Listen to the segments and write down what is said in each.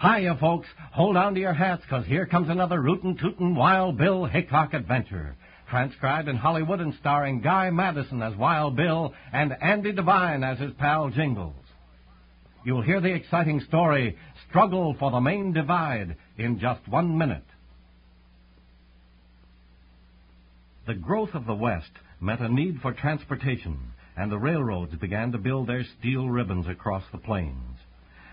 Hiya, folks. Hold on to your hats, because here comes another rootin' tootin' Wild Bill Hickok adventure. Transcribed in Hollywood and starring Guy Madison as Wild Bill and Andy Devine as his pal Jingles. You'll hear the exciting story, Struggle for the Main Divide, in just one minute. The growth of the West met a need for transportation, and the railroads began to build their steel ribbons across the plains.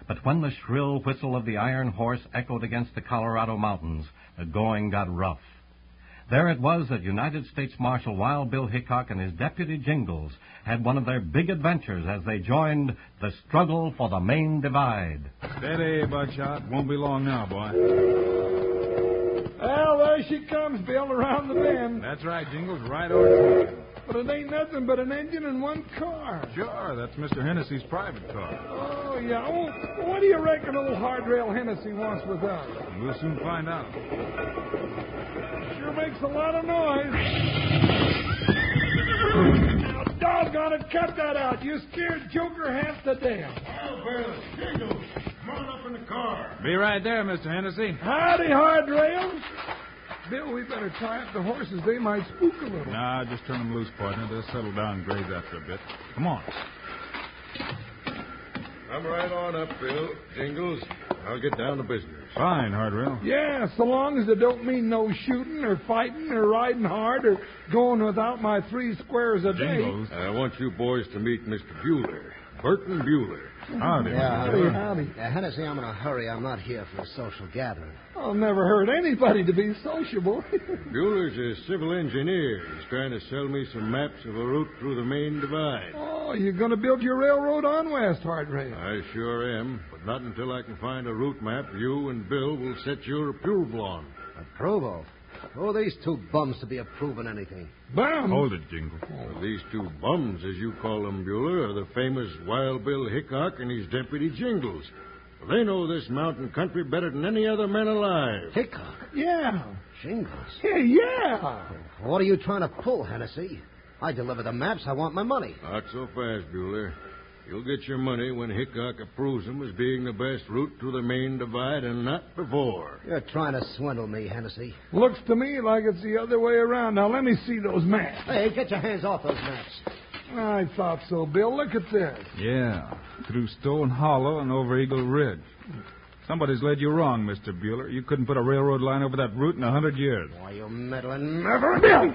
But when the shrill whistle of the iron horse echoed against the Colorado mountains, the going got rough. There it was that United States Marshal Wild Bill Hickok and his deputy Jingles had one of their big adventures as they joined the struggle for the main divide. Steady, Buckshot. Won't be long now, boy. Well, there she comes, Bill, around the bend. That's right, Jingles. Right over. the line. But it ain't nothing but an engine and one car. Sure, that's Mr. Hennessy's private car. Oh, yeah. Oh, what do you reckon old Hardrail Hennessy wants with us? And we'll soon find out. Sure makes a lot of noise. Now, doggone it, cut that out. You scared Joker half to death. Be right there, Mr. Hennessy. Howdy, Hardrail. Bill, we better tie up the horses. They might spook a little. Nah, just turn them loose, partner. They'll settle down and graze after a bit. Come on. Come right on up, Bill. Jingles, I'll get down to business. Fine, Hardrail. Yeah, so long as it don't mean no shooting or fighting or riding hard or going without my three squares a day. Jingles. I want you boys to meet Mr. Bueller, Burton Bueller. Howdy, Yeah, Mr. howdy, Bueller. howdy. Uh, Hennessy, I'm in a hurry. I'm not here for a social gathering. I'll never hurt anybody to be sociable. Bueller's a civil engineer. He's trying to sell me some maps of a route through the main divide. oh, you're going to build your railroad on West Hardrail. I sure am, but not until I can find a route map you and Bill will set your approval on. Approval? Oh, these two bums to be approving anything. Bum. Oh. Hold it, Jingles. Well, these two bums, as you call them, Bueller, are the famous Wild Bill Hickok and his deputy Jingles. They know this mountain country better than any other man alive. Hickok? Yeah. Jingles? Yeah, yeah. What are you trying to pull, Hennessy? I deliver the maps. I want my money. Not so fast, Bueller. You'll get your money when Hickok approves them as being the best route to the main divide, and not before. You're trying to swindle me, Hennessy. Looks to me like it's the other way around. Now, let me see those maps. Hey, get your hands off those maps. I thought so, Bill. Look at this. Yeah, through Stone Hollow and over Eagle Ridge. Somebody's led you wrong, Mr. Bueller. You couldn't put a railroad line over that route in a hundred years. Why, you meddling mer- Never Bill!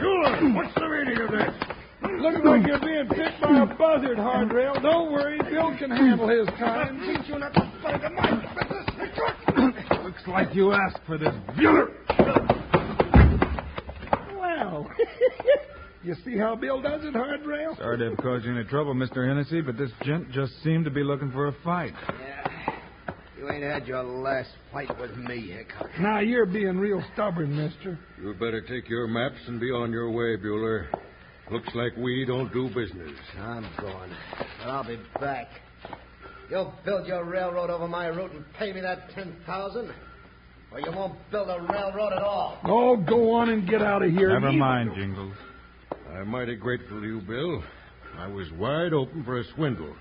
Bueller, what's the meaning of that? Looks like you're being bit by a buzzard, Hardrail. Don't worry. Bill can handle his kind. teach you not to fight in my business. Looks like you asked for this. Well, you see how Bill does it, Hardrail? Sorry to have caused you any trouble, Mr. Hennessy, but this gent just seemed to be looking for a fight. You ain't had your last fight with me, Hickok. Now, you're being real stubborn, mister. You better take your maps and be on your way, Bueller. Looks like we don't do business. I'm going. But I'll be back. You'll build your railroad over my route and pay me that ten thousand, or you won't build a railroad at all. Oh, go on and get out of here. Never You- mind, Jingles. I'm mighty grateful to you, Bill. I was wide open for a swindle.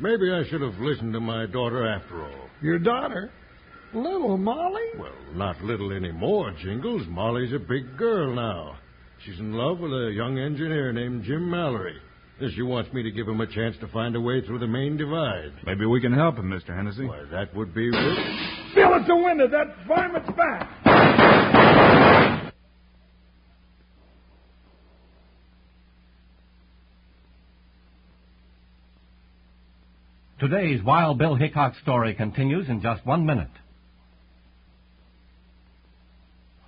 Maybe I should have listened to my daughter after all. Your daughter? Little Molly? Well, not little anymore, Jingles. Molly's a big girl now. She's in love with a young engineer named Jim Mallory. And She wants me to give him a chance to find a way through the main divide. Maybe we can help him, Mr. Hennessy. Why, that would be. Well, Bill, it's the window. That varmint's back. Today's Wild Bill Hickok story continues in just one minute.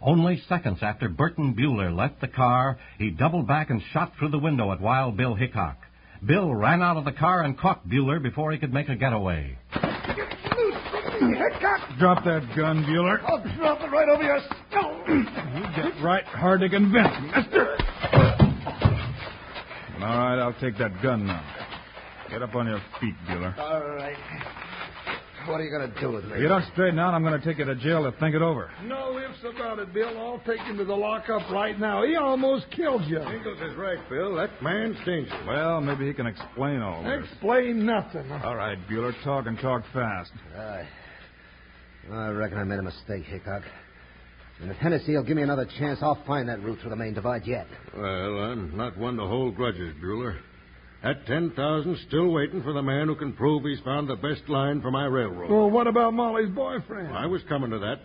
Only seconds after Burton Bueller left the car, he doubled back and shot through the window at Wild Bill Hickok. Bill ran out of the car and caught Bueller before he could make a getaway. Drop that gun, Bueller. I'll drop it right over your skull. You get right hard to convince, mister. All right, I'll take that gun now. Get up on your feet, Bueller. All right. What are you going to do with If me? you don't straighten out, I'm going to take you to jail to think it over. No ifs about it, Bill. I'll take him to the lockup right now. He almost killed you. Jingles is right, Bill. That man's dangerous. Well, maybe he can explain all this. Explain nothing. All right, Bueller, talk and talk fast. Uh, I reckon I made a mistake, Hickok. And if Hennessy will give me another chance, I'll find that route through the main divide yet. Well, I'm not one to hold grudges, Bueller. That 10,000 still waiting for the man who can prove he's found the best line for my railroad. Well, what about Molly's boyfriend? I was coming to that.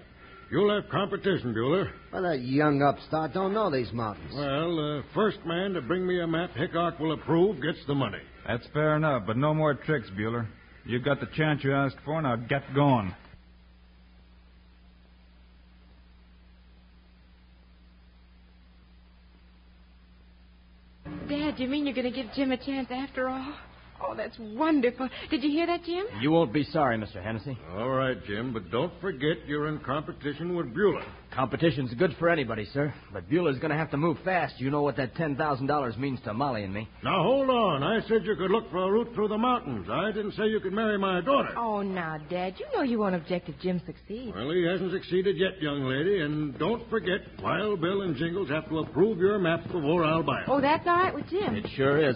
You'll have competition, Bueller. Well, that young upstart don't know these mountains. Well, uh, first man to bring me a map Hickok will approve gets the money. That's fair enough, but no more tricks, Bueller. You got the chance you asked for, now get going. Dad, do you mean you're going to give Jim a chance after all? Oh, that's wonderful. Did you hear that, Jim? You won't be sorry, Mr. Hennessy. All right, Jim, but don't forget you're in competition with Bueller. Competition's good for anybody, sir. But Bueller's going to have to move fast. You know what that $10,000 means to Molly and me. Now, hold on. I said you could look for a route through the mountains. I didn't say you could marry my daughter. Oh, now, Dad, you know you won't object if Jim succeeds. Well, he hasn't succeeded yet, young lady, and don't forget, Wild Bill and Jingles have to approve your map before I'll buy it. Oh, that's all right with Jim. It sure is.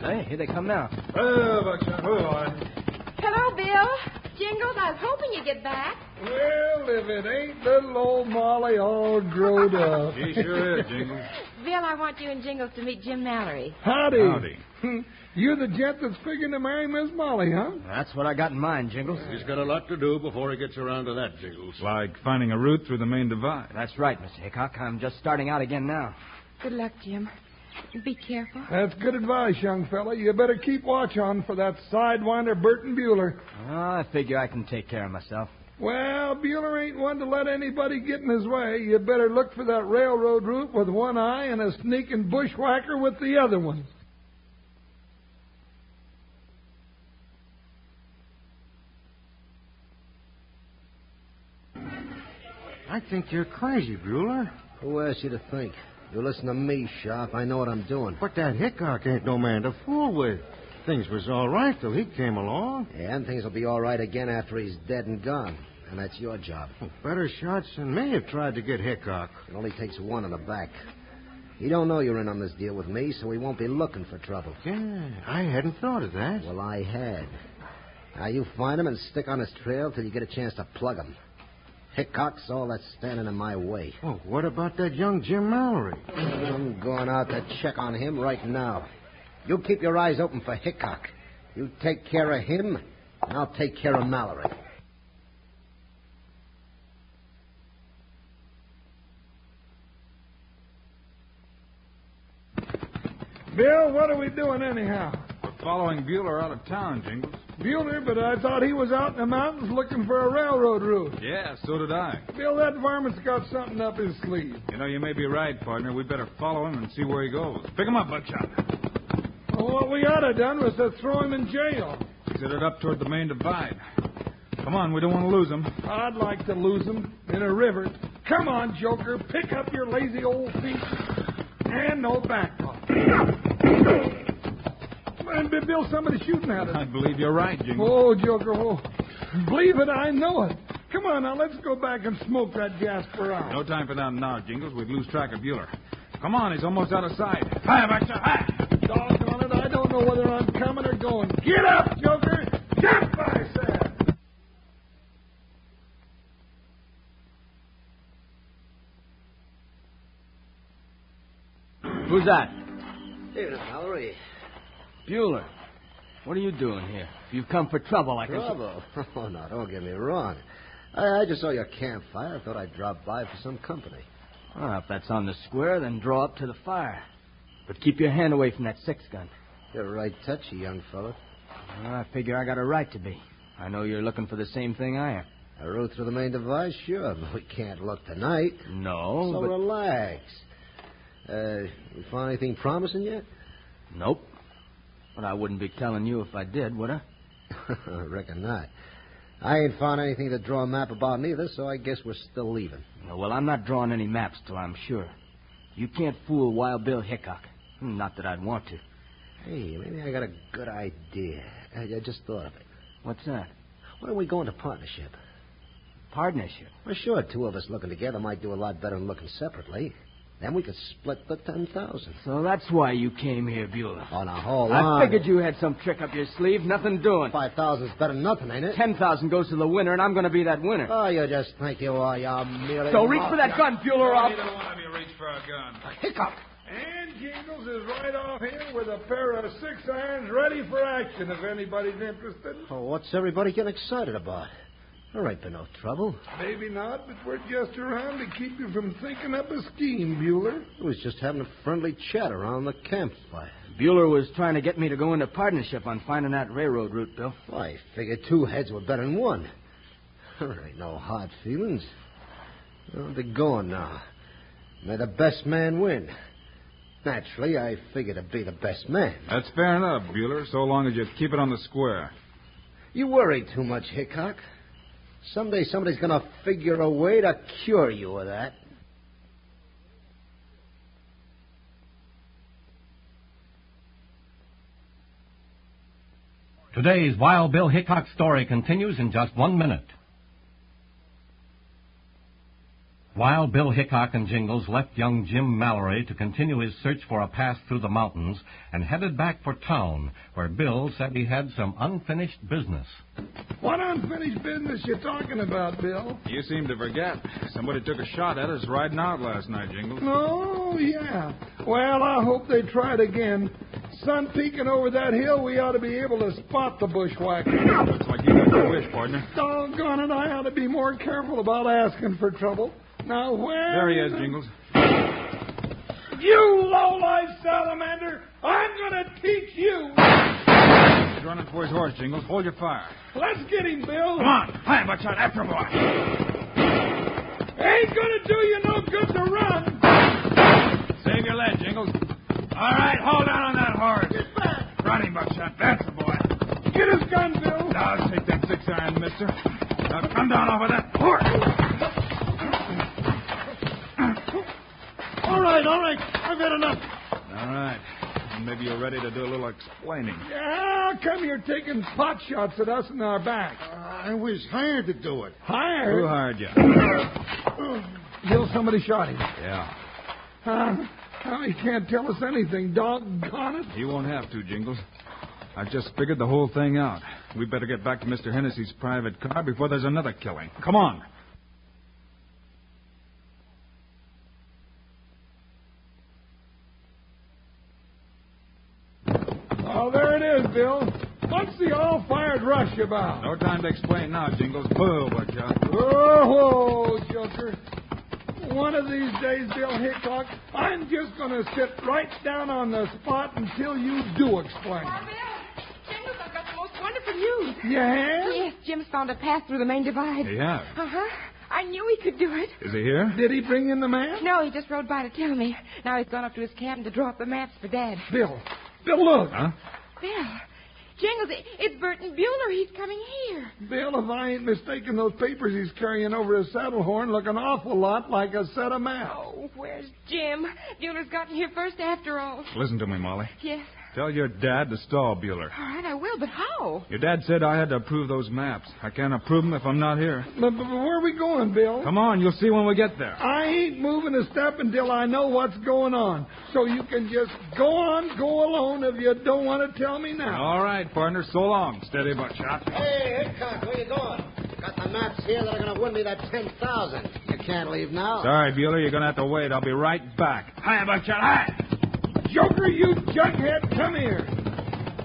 Hey, here they come now. Oh, Well, Buckshot, well, I- Hello, Bill. Jingles, I was hoping you'd get back. Well, if it ain't little old Molly all grown up. He sure is, Jingles. Bill, I want you and Jingles to meet Jim Mallory. Howdy. Howdy. You're the gent that's figuring to marry Miss Molly, huh? That's what I got in mind, Jingles. He's got a lot to do before he gets around to that, Jingles. Like finding a route through the main divide. That's right, Mr. Hickok. I'm just starting out again now. Good luck, Jim. Be careful. That's good advice, young fella. You better keep watch on for that sidewinder Burton Bueller. Well, I figure I can take care of myself. Well, Bueller ain't one to let anybody get in his way. You better look for that railroad route with one eye and a sneaking bushwhacker with the other one. I think you're crazy, Bueller. Who asked you to think? You listen to me, Sharp. I know what I'm doing. But that Hickok ain't no man to fool with. Things was all right till he came along. Yeah, and things will be all right again after he's dead and gone. And that's your job. Better shots than me have tried to get Hickok. It only takes one in the back. He don't know you're in on this deal with me, so he won't be looking for trouble. Yeah, I hadn't thought of that. Well, I had. Now you find him and stick on his trail till you get a chance to plug him. Hickok's all that's standing in my way. Well, what about that young Jim Mallory? I'm going out to check on him right now. You keep your eyes open for Hickok. You take care of him, and I'll take care of Mallory. Bill, what are we doing anyhow? We're following Bueller out of town, Jingles. Bueller, but I thought he was out in the mountains looking for a railroad route. Yeah, so did I. Bill, that varmint's got something up his sleeve. You know, you may be right, partner. We better follow him and see where he goes. Pick him up, Buckshot. Well, what we ought to done was to throw him in jail. Set it up toward the main divide. Come on, we don't want to lose him. I'd like to lose him in a river. Come on, Joker, pick up your lazy old feet and no back off. And Bi- Bill, somebody's shooting at I us. believe you're right, Jingles. Oh, Joker, oh. believe it, I know it. Come on now, let's go back and smoke that Jasper out. No time for that now, Jingles. We'd lose track of Bueller. Come on, he's almost out of sight. Hi, Buckshot. Hi. Doggone it, I don't know whether I'm coming or going. Get up, Joker! Jump, I said! Who's that? Evening, Mallory. Bueller. What are you doing here? If you've come for trouble, I can. Trouble? Oh, no, don't get me wrong. I, I just saw your campfire. I thought I'd drop by for some company. Well, if that's on the square, then draw up to the fire. But keep your hand away from that six gun. You're right touchy, young fellow. Well, I figure I got a right to be. I know you're looking for the same thing I am. I rode through the main divide, sure, but we can't look tonight. Oh, No, so but relax. Uh, you found anything promising yet? nope. But I wouldn't be telling you if I did, would I? I reckon not. I ain't found anything to draw a map about neither, so I guess we're still leaving. No, well, I'm not drawing any maps till I'm sure. You can't fool Wild Bill Hickok. Hmm, Not that I'd want to. Hey, maybe I got a good idea. I, I just thought of it. What's that? Why don't we go into partnership? Partnership. Well, sure, two of us looking together might do a lot better than looking separately. Then we could split the ten thousand. So that's why you came here, Bueller. Oh, now hold on. I figured you had some trick up your sleeve. Nothing doing. five thousand's better than nothing, ain't it? Ten thousand goes to the winner, and I'm going to be that winner. Oh, you just think you are. You're merely. so reach for that gun, Bueller. Neither I'll... one of you reach for a gun. Hickok. And Jingles is right off here with a pair of six irons ready for action if anybody's interested. Oh, what's everybody getting excited about? There ain't been no trouble. Maybe not, but we're just around to keep you from thinking up a scheme, Bueller. We was just having a friendly chat around the campfire. Bueller was trying to get me to go into partnership on finding that railroad route, Bill. Well, I figured two heads were better than one. There ain't no hard feelings. Well, they're gone now. May the best man win. Naturally, I figure to be the best man. That's fair enough, Bueller, so long as you keep it on the square. You worry too much, Hickok. Someday somebody's going to figure a way to cure you of that. Today's Wild Bill Hickok story continues in just one minute. While Bill Hickok and Jingles left young Jim Mallory to continue his search for a path through the mountains and headed back for town, where Bill said he had some unfinished business. What unfinished business you talking about, Bill? You seem to forget. Somebody took a shot at us riding out last night, Jingles. Oh, yeah. Well, I hope they try it again. Sun peeking over that hill, we ought to be able to spot the bushwhacker. Looks like you got your wish, partner. Doggone it, I ought to be more careful about asking for trouble. Now, where... There he is, Jingles. You low-life salamander! I'm gonna teach you! He's running for his horse, Jingles. Hold your fire. Let's get him, Bill! on. Hi, watch out. After him, boy. Ain't gonna do you no good to run! Save your lead, Jingles. All right, hold on on that horse. Get back. Run him, Buckshot. That's the boy. Get his gun, Bill! Now take that six iron, mister. Now come down off of that horse. All right, all right, I've had enough. All right. Maybe you're ready to do a little explaining. Yeah, how come you're taking pot shots at us in our back? I was hired to do it. Who Hired? hired you? Bill, somebody shot him. Yeah. Huh? Now he can't tell us anything, doggone it. You won't have to, Jingles. I just figured the whole thing out. We better get back to Mr. Hennessy's private car before there's another killing. Come on. Oh, there it is, Bill. What's the all-fired rush about? No time to explain now, Jingles. Boo, Buckshot. Oh, Joker. One of these days, Bill Hickok, I'm just going to sit right down on the spot until you do explain. Oh, Bill, Jingles, I've got the most wonderful news. You have? Yes, Jim's found a path through the main divide. Yeah. Uh huh. I knew he could do it. Is he here? Did he bring in the man? No, he just rode by to tell me. Now he's gone up to his cabin to draw up the maps for Dad. Bill. Bill, look. Huh? Bill, Jingles, it- it's Burton Bueller. He's coming here. Bill, if I ain't mistaken, those papers he's carrying over his saddle horn look an awful lot like a set of maps. Oh, where's Jim? Bueller's gotten here first after all. Listen to me, Molly. Yes. Tell your dad to stall Bueller. All right, I will, but oh. how? Your dad said I had to approve those maps. I can't approve them if I'm not here. But, but where are we going, Bill? Come on, you'll see when we get there. I ain't moving a step until I know what's going on. So you can just go on, go alone if you don't want to tell me now. All right, partner. So long. Steady, Buckshot. Hey, Hickok, where you going? Got the maps here that are going to win me that 10,000. You can't leave now. Sorry, Bueller. You're going to have to wait. I'll be right back. Hi, Buckshot. Hi. Joker, you jughead, come here.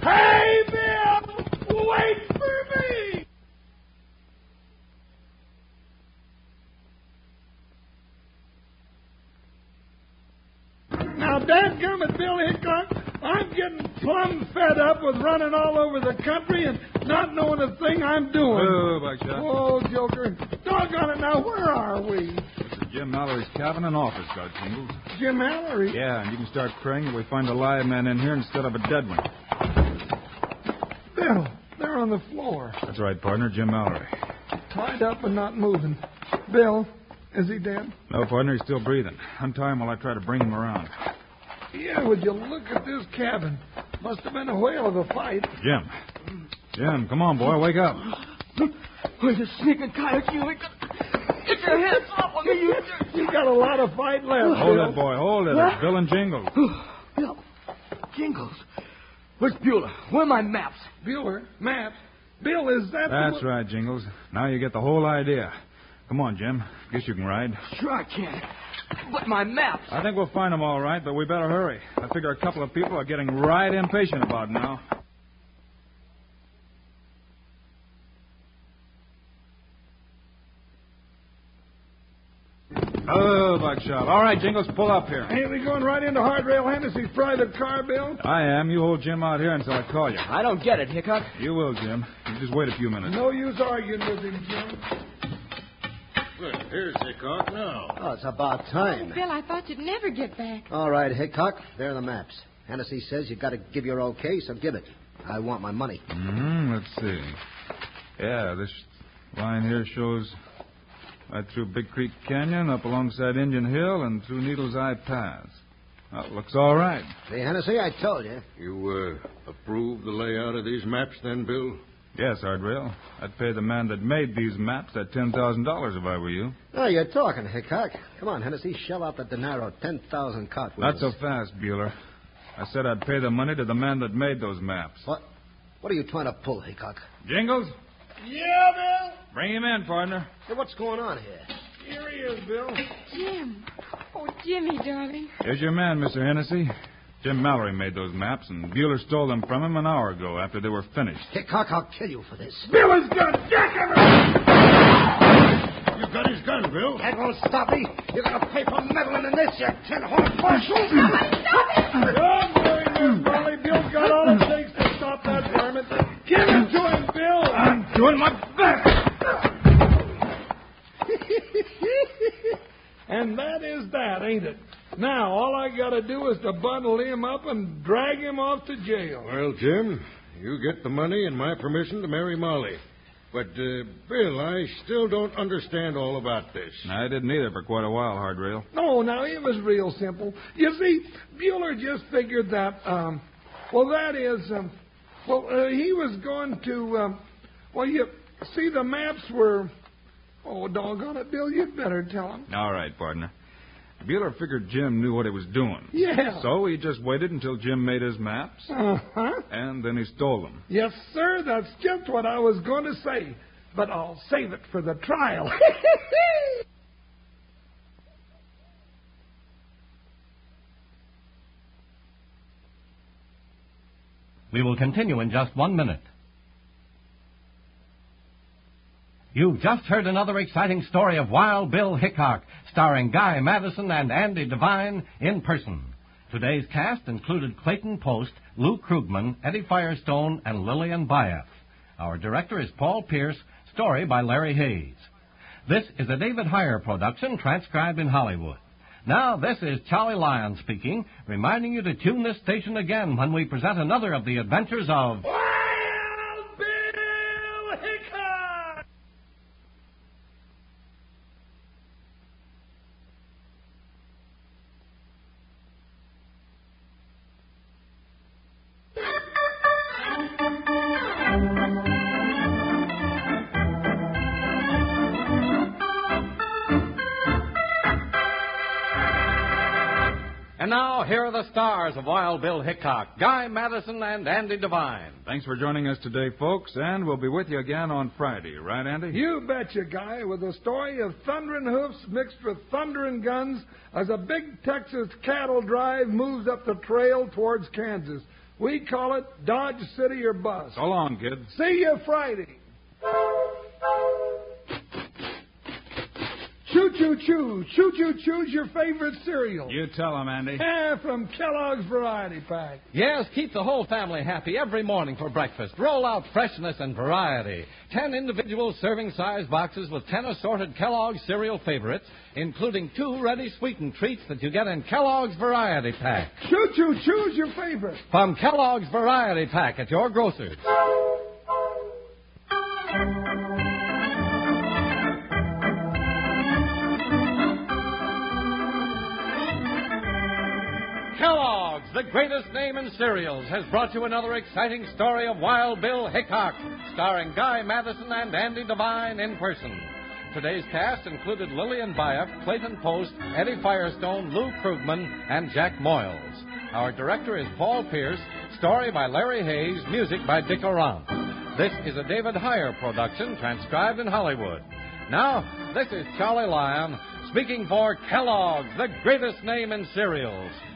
Hey, Bill! Wait for me! Now, dadgummit, Bill Hickok, I'm getting plumb fed up with running all over the country and not knowing a thing I'm doing. Boo, Buckshot. Oh, Joker. Doggone it, now where are we? Jim Mallory's cabin and office got jingles. Jim Mallory. Yeah, and you can start praying that we find a live man in here instead of a dead one. Bill, they're on the floor. That's right, partner. Jim Mallory. Tied up and not moving. Bill, is he dead? No, partner. He's still breathing. Untie him while I try to bring him around. Yeah, would you look at this cabin? Must have been a whale of a fight. Jim. Jim, come on, boy. Wake up. Where's the sneaking coyote? Get your hands off of me, you dirty... You got a lot of fight left. Hold Bill. it, boy. Hold it. It's Bill and Jingles. Bill. Jingles. Where's Bueller? Where are my maps? Bueller, Matt, Bill, is that? That's right, Jingles. Now you get the whole idea. Come on, Jim. Guess you can ride. Sure I can. But my maps. I think we'll find them all right, but we better hurry. I figure a couple of people are getting right impatient about now. Oh, Buckshot. All right, Jingles, pull up here. Hey, we going right into Hardrail Hennessy's private car, Bill? I am. You hold Jim out here until I call you. I don't get it, Hickok. You will, Jim. You just wait a few minutes. No use arguing with him, Jim. Look, here's Hickok now. Oh, it's about time. Bill, I thought you'd never get back. All right, Hickok, there are the maps. Hennessy says you got to give your okay, so give it. I want my money. Mm, let's see. Yeah, this line here shows right through Big Creek Canyon, up alongside Indian Hill, and through Needle's Eye Pass. That looks all right. See, Hennessy, I told you. You uh, approve the layout of these maps then, Bill? Yes, Hardrail. I'd pay the man that made these maps that ten thousand dollars if I were you. Oh, you're talking, Hickok. Come on, Hennessy, shell out the dinero, 10,000 Not cartwheels. so fast, Bueller. I said I'd pay the money to the man that made those maps. What? What are you trying to pull, Hickok? Jingles, Yeah, Bill. bring him in, partner. Hey, what's going on here? Here he is, Bill. Jim. Oh, Jimmy, darling. Here's your man, Mr. Hennessy. Jim Mallory made those maps, and Bueller stole them from him an hour ago after they were finished. Hickok, I'll kill you for this. Bill has got Jack You got his gun, Bill. That won't stop me. You're going to pay for meddling in this, you ten-horn marshal. Don't worry, Miss Molly. Bill's got all it takes to stop that varmint. Give it to him, Bill. I'm doing my best. and that is that, ain't it? Now, all I got to do is to bundle him up and drag him off to jail. Well, Jim, you get the money and my permission to marry Molly. But, uh, Bill, I still don't understand all about this. I didn't either for quite a while, Hardrail. No, now, it was real simple. You see, Bueller just figured that, um, well, that is, um, well, uh, he was going to, um, well, you see, the maps were, oh, doggone it, Bill, you'd better tell him. All right, partner. Bueller figured Jim knew what he was doing. Yeah. So he just waited until Jim made his maps, Uh-huh. and then he stole them. Yes, sir, that's just what I was going to say. But I'll save it for the trial. We will continue in just one minute. You've just heard another exciting story of Wild Bill Hickok, starring Guy Madison and Andy Devine in person. Today's cast included Clayton Post, Lou Krugman, Eddie Firestone, and Lillian Baeff. Our director is Paul Pierce, story by Larry Hayes. This is a David Heyer production transcribed in Hollywood. Now, this is Charlie Lyon speaking, reminding you to tune this station again when we present another of the adventures of. Wild Bill Hickok! And now, here are the stars of Wild Bill Hickok Guy Madison and Andy Devine. Thanks for joining us today, folks, and we'll be with you again on Friday, right, Andy? You betcha, guy, with a story of thundering hoofs mixed with thundering guns as a big Texas cattle drive moves up the trail towards Kansas. We call it Dodge City or Bust. So long, kids. See you Friday. Choo choo choo. Choo choo choo's your favorite cereal. You tell them, Andy. Yeah, from Kellogg's Variety Pack. Yes, keep the whole family happy every morning for breakfast. Roll out freshness and variety. Ten individual serving size boxes with ten assorted Kellogg's cereal favorites, including two ready sweetened treats that you get in Kellogg's Variety Pack. Choo choo choo's your favorite. From Kellogg's Variety Pack at your grocer's. Kellogg's, the greatest name in cereals, has brought you another exciting story of Wild Bill Hickok, starring Guy Madison and Andy Devine in person. Today's cast included Lillian Bayef, Clayton Post, Eddie Firestone, Lou Krugman, and Jack Moyles. Our director is Paul Pierce, story by Larry Hayes, music by Dick Oran. This is a David Heyer production transcribed in Hollywood. Now, this is Charlie Lyon speaking for Kellogg, the greatest name in cereals,